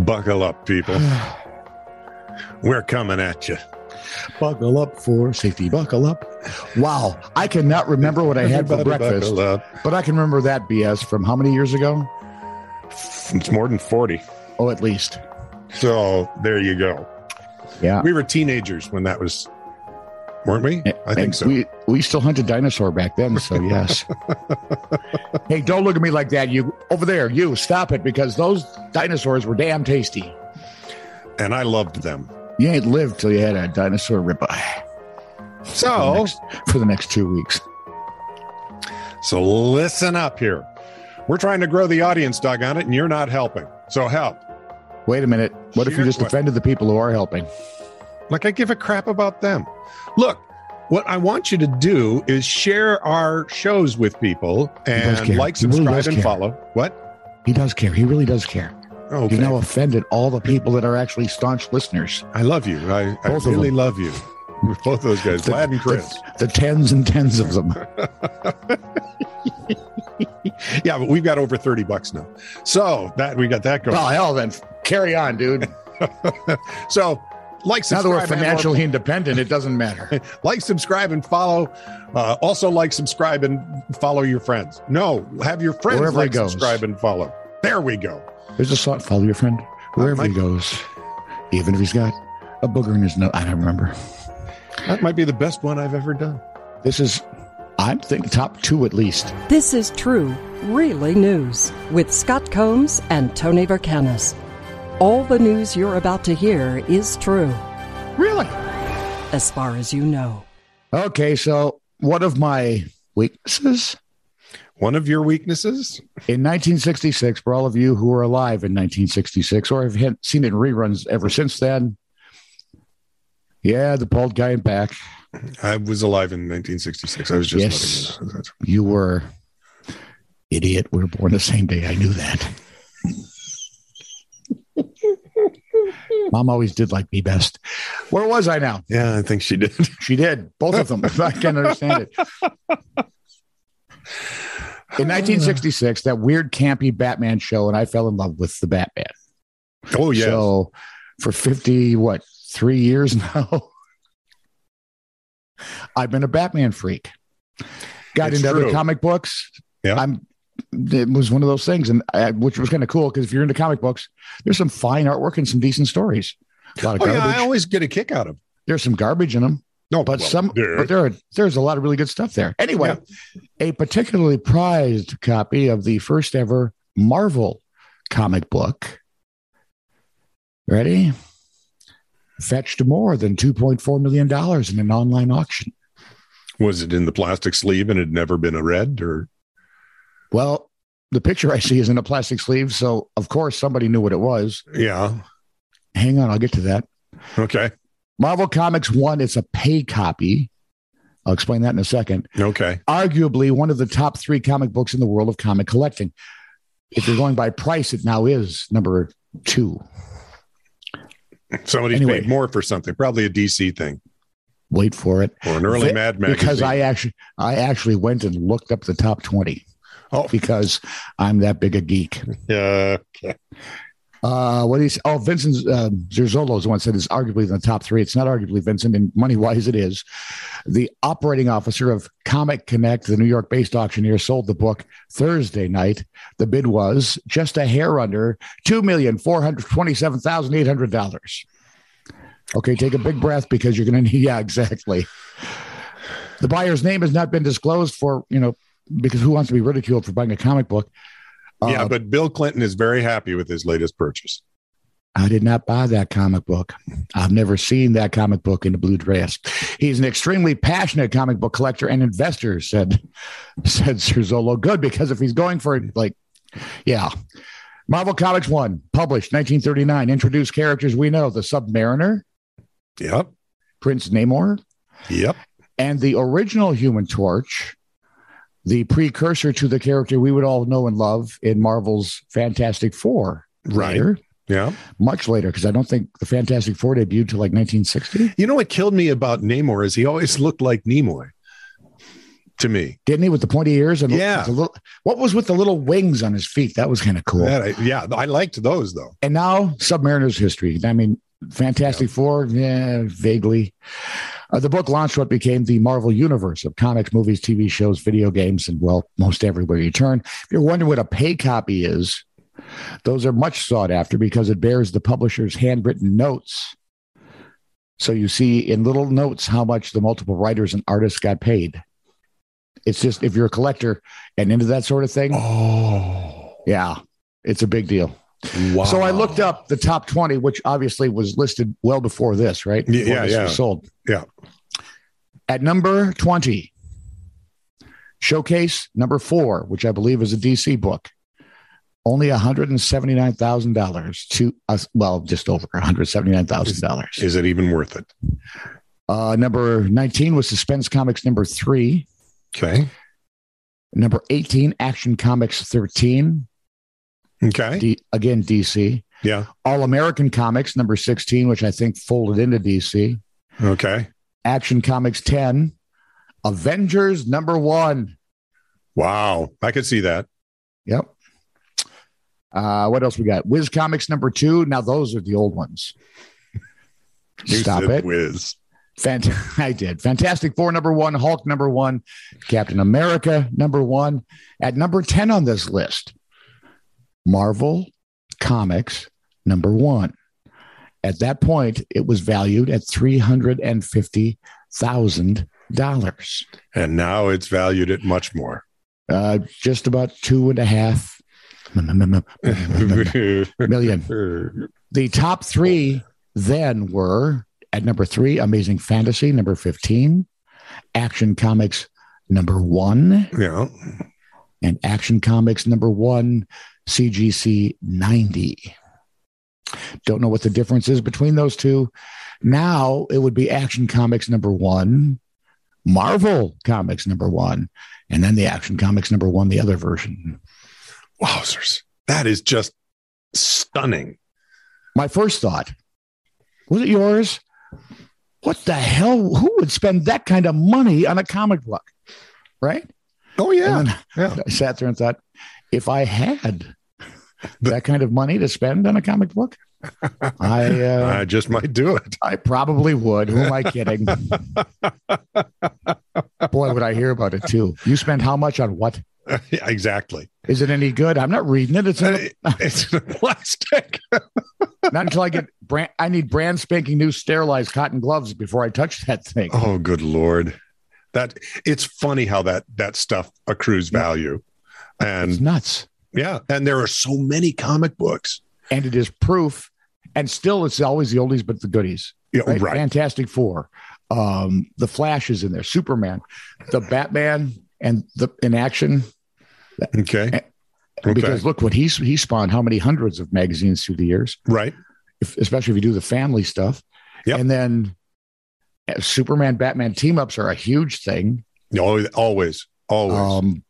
Buckle up, people. We're coming at you. Buckle up for safety. Buckle up. Wow. I cannot remember what I had for Everybody breakfast, buckle up. but I can remember that BS from how many years ago? It's more than 40. Oh, at least. So there you go. Yeah. We were teenagers when that was, weren't we? I think And so. eh, We, we still hunted dinosaur back then, so yes. hey, don't look at me like that. You over there, you stop it because those dinosaurs were damn tasty. And I loved them. You ain't lived till you had a dinosaur ribeye for, the So, next, for the next two weeks. so listen up here. We're trying to grow the audience, doggone it, and you're not helping. So help. Wait a minute. What if you Here's just what- offended the people who are helping? Like I give a crap about them. Look, what I want you to do is share our shows with people and care. like, He really subscribe, does and care. follow. What? He does care. He really does care. Okay. You've now offended all the people that are actually staunch listeners. I love you. I, I Both of really them. love you. Both of those guys, The- Vlad and Chris. The, the tens and tens of them. Yeah, but we've got over 30 bucks now. So that we got that going. well, Oh, hell, then carry on, dude. So like, now subscribe, that we're and or- financially independent, it doesn't matter. like, subscribe, and follow. Uh, also, like, subscribe, and follow your friends. No, have your friends Wherever it like, goes. subscribe, and follow. There we go. There's a song. Follow your friend wherever might- he goes, even if he's got a booger in his nose. I don't remember. That might be the best one I've ever done. This is, I'm thinking top two at least. This is true, really news with Scott Combs and Tony Vercanis. All the news you're about to hear is true, Really? as far as you know. Okay, so one of my weaknesses One of your weaknesses? in 1966, for all of you who were alive in 1966 or have had- seen it in reruns ever since then, yeah, the bald guy in back. I was alive in 1966. I was just Yes. letting you know. You were idiot. We were born the same day. I knew that. Mom always did like me best. Where was I now? Yeah, I think she did. She did both of them. I can't understand it. In 1966, that weird campy Batman show, and I fell in love with the Batman. Oh, yeah. So for 50, what, three years now, I've been a Batman freak. Got It's into true. other comic books. Yeah. I'm, it was one of those things, and I, which was kind of cool because if you're into comic books, there's some fine artwork and some decent stories. A lot of oh, garbage. yeah. I always get a kick out of it. there's some garbage in them No, but well, some there- but there are there's a lot of really good stuff there anyway a particularly prized copy of the first ever marvel comic book ready fetched more than 2.4 million dollars in an online auction was it in the plastic sleeve and had never been a red or well the picture i see is in a plastic sleeve so of course somebody knew what it was yeah hang on i'll get to that okay marvel comics one it's a pay copy i'll explain that in a second okay arguably one of the top three comic books in the world of comic collecting. If you're going by price, it now is number two. somebody Anyway. paid more for something probably a dc thing Wait for it. or an early Ve- mad magazine Because I actually I actually went and looked up the top 20 oh because I'm that big a geek. yeah Uh what is oh Vincent uh, Zerzolo's one said is arguably in the top three. It's not arguably Vincent, and money wise it is. The operating officer of Comic Connect, the New York based auctioneer, sold the book Thursday night. The bid was just a hair under $2,427,800. Okay, take a big breath because you're going to need, yeah, exactly. The buyer's name has not been disclosed for, you know, because who wants to be ridiculed for buying a comic book? yeah Uh, but bill clinton is very happy with his latest purchase I did not buy that comic book. I've never seen that comic book in a blue dress. He's an extremely passionate comic book collector and investor, said said Sir Zolo. Good, because if he's going for it, like, yeah. Marvel Comics 1, published 1939, introduced characters we know the Submariner, yep Prince Namor, yep and the original Human Torch, the precursor to the character we would all know and love in Marvel's Fantastic Four. Right. later. yeah much later because I don't think the Fantastic Four debuted till like 1960. you know what killed me about namor is he always looked like nimoy to me. Didn't he with the pointy ears and the- Yeah. the little, what was with the little wings on his feet? That was kind of cool. That I, yeah, I liked those though. And now Submariners history. I mean, Fantastic Four, yeah, vaguely. Uh, the book launched what became the Marvel universe of comics, movies, TV shows, video games, and well, most everywhere you turn. If you're wondering what a pay copy is, those are much sought after because it bears the publisher's handwritten notes. So you see in little notes how much the multiple writers and artists got paid. It's just if you're a collector and into that sort of thing, Oh, yeah, it's a big deal. wow. So I looked up the top 20, which obviously was listed well before this, right? Yeah, Before yeah, this yeah. was sold. Yeah. At number 20, Showcase number four, which I believe is a DC book, only $179,000 to us. Well, just over $179,000. Is it even worth it? Uh, number 19 was Suspense Comics number three. Okay. Number 18, Action Comics 13. Okay. D- again, DC. Yeah. All American Comics number 16, which I think folded into DC. Okay. Action Comics 10, Avengers number one. Wow. I could see that. Yep. Uh, what else we got? Wiz Comics number two. Now those are the old ones. You Stop said it. Whiz. Fant- I did. Fantastic Four number one, Hulk number one, Captain America number one. At number 10 on this list, Marvel Comics number one. At that point, it was valued at $350,000. And now it's valued at much more. Uh, just about two and a half million. The top three then were at number three, Amazing Fantasy, number 15, Action Comics, number one, Yeah. and Action Comics, number one, CGC 90. Don't know what the difference is between those two. Now it would be Action Comics, number one, Marvel Comics, number one, and then the Action Comics, number one, the other version. Wowzers. That is just stunning. my first thought was it yours what the hell who would spend that kind of money on a comic book right Oh, and then Yeah. i sat there and thought if i had The- that kind of money to spend on a comic book i uh, I just might do it. i probably would who am i kidding boy would i hear about it too you spend how much on what Yeah, exactly. is it any good i'm not reading it it's not, It's in plastic. not until i get brand i need brand spanking new sterilized cotton gloves before i touch that thing Oh, good lord. That it's funny how that that stuff accrues value. it's And nuts yeah, and there are so many comic books. and it is proof. And still, it's always the oldies but the goodies. Yeah, Right? right. Fantastic Four, um, the Flash is in there, Superman, the Batman, and the in action. Okay. Okay. Because look what he's he spawned how many hundreds of magazines through the years, right. if, especially if you do the family stuff. Yep. And then uh, Superman, Batman team ups are a huge thing. Always always. Always. Um,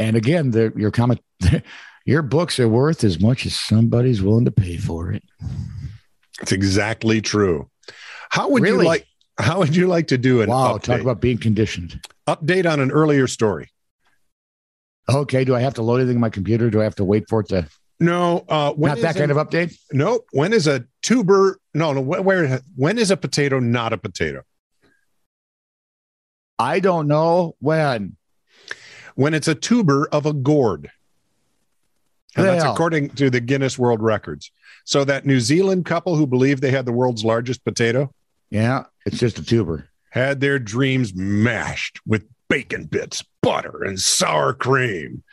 and again, the, your comic, your books are worth as much as somebody's willing to pay for it. it's exactly true. How would Really? you like how would you like to do an wow, update? talk about being conditioned. update on an earlier story? Okay, do I have to load anything in my computer? Do I have to wait for it to No, uh when not that is a- kind of update? Nope. When is a tuber? No, no. wh- Where? When is a potato not a potato? I don't know when. When it's a tuber of a gourd. And that's Well. according to the Guinness World Records. So that New Zealand couple who believed they had the world's largest potato Yeah, it's just a tuber. had their dreams mashed with bacon bits, butter, and sour cream.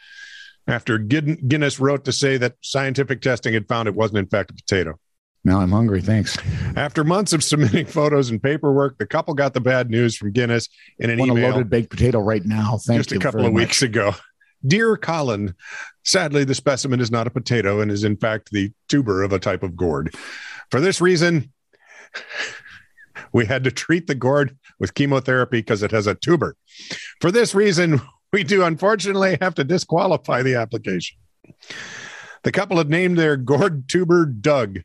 After Guin- Guinness wrote to say that scientific testing had found it wasn't in fact a potato. Now I'm hungry, thanks. After months of submitting photos and paperwork, the couple got the bad news from Guinness in an want a email. loaded baked potato right now. Thank just you a couple very of much. weeks ago. Dear Colin, sadly, the specimen is not a potato and is in fact the tuber of a type of gourd. For this reason, we had to treat the gourd with chemotherapy because it has a tuber. For this reason, we do unfortunately have to disqualify the application. The couple had named their gourd tuber Doug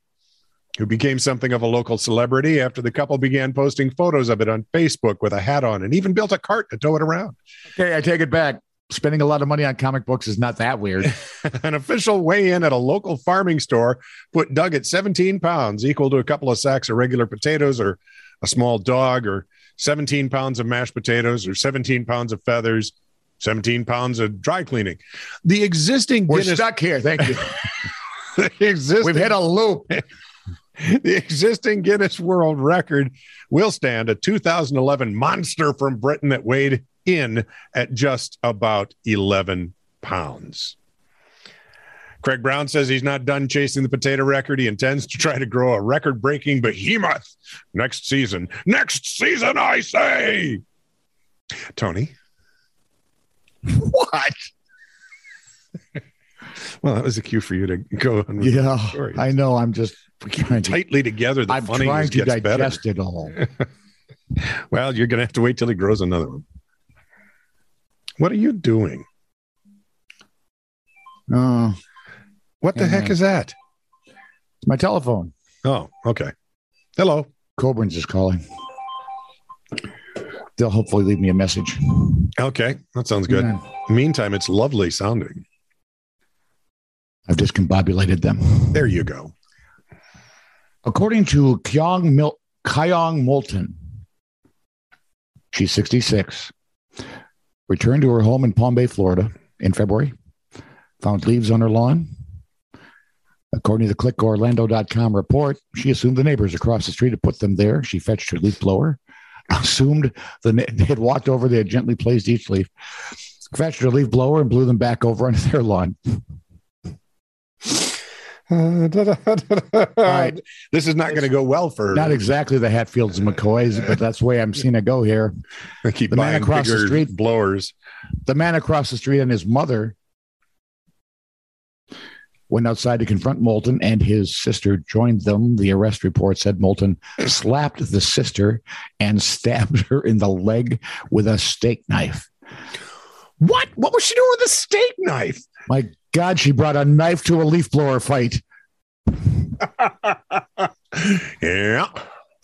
who became something of a local celebrity after the couple began posting photos of it on Facebook with a hat on and even built a cart to tow it around. Okay, I take it back. Spending a lot of money on comic books is not that weird. An official weigh in at a local farming store put Doug at 17 pounds, equal to a couple of sacks of regular potatoes or a small dog, or 17 pounds of mashed potatoes, or 17 pounds of feathers, 17 pounds of dry cleaning. The existing We're Guinness, stuck here. Thank you. the We've existing, hit a loop. the existing Guinness World Record will stand a 2011 monster from Britain that weighed in at just about 11 pounds. Craig Brown says he's not done chasing the potato record. He intends to try to grow a record breaking behemoth next season. Next season, I say. Tony. What? Well, that was a cue for you to go on with Yeah, Sorry. I know. I'm just trying to. tightly together. The I'm funniness trying to gets better. digest it all. Well, you're going to have to wait till he grows another one. What are you doing? Oh, What the Yeah. heck is that? it's my telephone. Oh, okay. Hello. Coburn's is calling. They'll hopefully leave me a message. Okay. That sounds good. Yeah. Meantime, it's lovely sounding. I've discombobulated them. There you go. According to Kyong, Mil- Kyong Moulton, she's 66, returned to her home in Palm Bay, Florida in February, found leaves on her lawn. According to the clickorlando.com report, she assumed the neighbors across the street had put them there. She fetched her leaf blower, assumed the na- they had walked over, they had gently placed each leaf, fetched her leaf blower, and blew them back over onto their lawn. right. This is not going to go well for Not exactly the Hatfields and McCoys, but that's the way I'm seeing it go here. I keep the man buying across the bigger street. blowers. The man across the street and his mother went outside to confront Moulton, and his sister joined them. The arrest report said Moulton slapped the sister and stabbed her in the leg with a steak knife. What? What was she doing with a steak knife? My God, she brought a knife to a leaf blower fight. Yeah.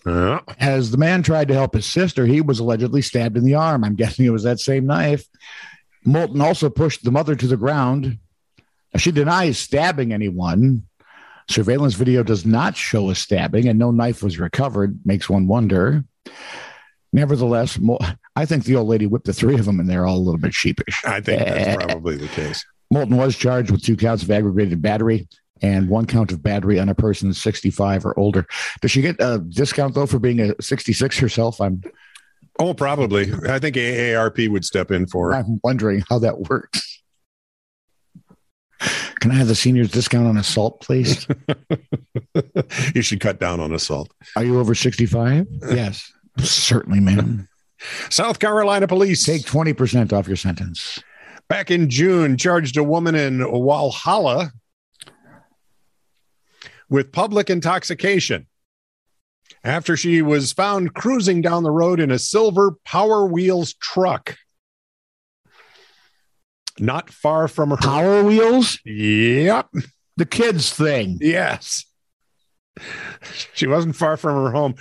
Yeah. As the man tried to help his sister, he was allegedly stabbed in the arm. I'm guessing it was that same knife. Moulton also pushed the mother to the ground. She denies stabbing anyone. Surveillance video does not show a stabbing, and no knife was recovered. Makes one wonder. Nevertheless, Mo- I think the old lady whipped the three of them, and they're all a little bit sheepish. I think that's probably the case. Moulton was charged with two counts of aggravated battery and one count of battery on a person 65 or older. Does she get a discount though for being a 66 herself? I'm Oh, probably. I think AARP would step in for her. I'm wondering how that works. Can I have the seniors discount on assault, please? you should cut down on assault. Are you over 65? Yes. Certainly, ma'am. South Carolina police Take 20% off your sentence. back in June charged a woman in Walhalla with public intoxication after she was found cruising down the road in a silver Power Wheels truck. Not far from her. Power wheels? Yep. The kids thing. Yes. She wasn't far from her home.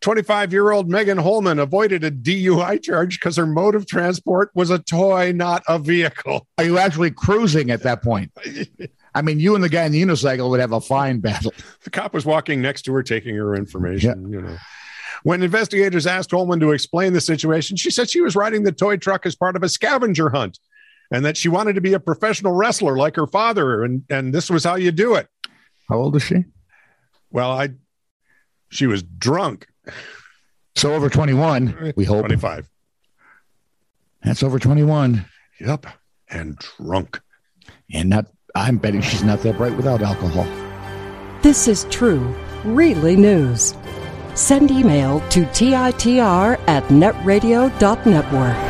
25 year old Megan Holman avoided a DUI charge because her mode of transport was a toy, not a vehicle. Are you actually cruising at that point? I mean, you and the guy in the unicycle would have a fine battle. the cop was walking next to her taking her information you know when investigators asked holman to explain the situation she said she was riding the toy truck as part of a scavenger hunt and that she wanted to be a professional wrestler like her father and and this was how you do it How old is she? well i she was drunk So over 21, we hope. 25 That's over 21. yep and drunk And not, I'm betting she's not that bright without alcohol. This is true, really news. Send email to TITR at netradio.network.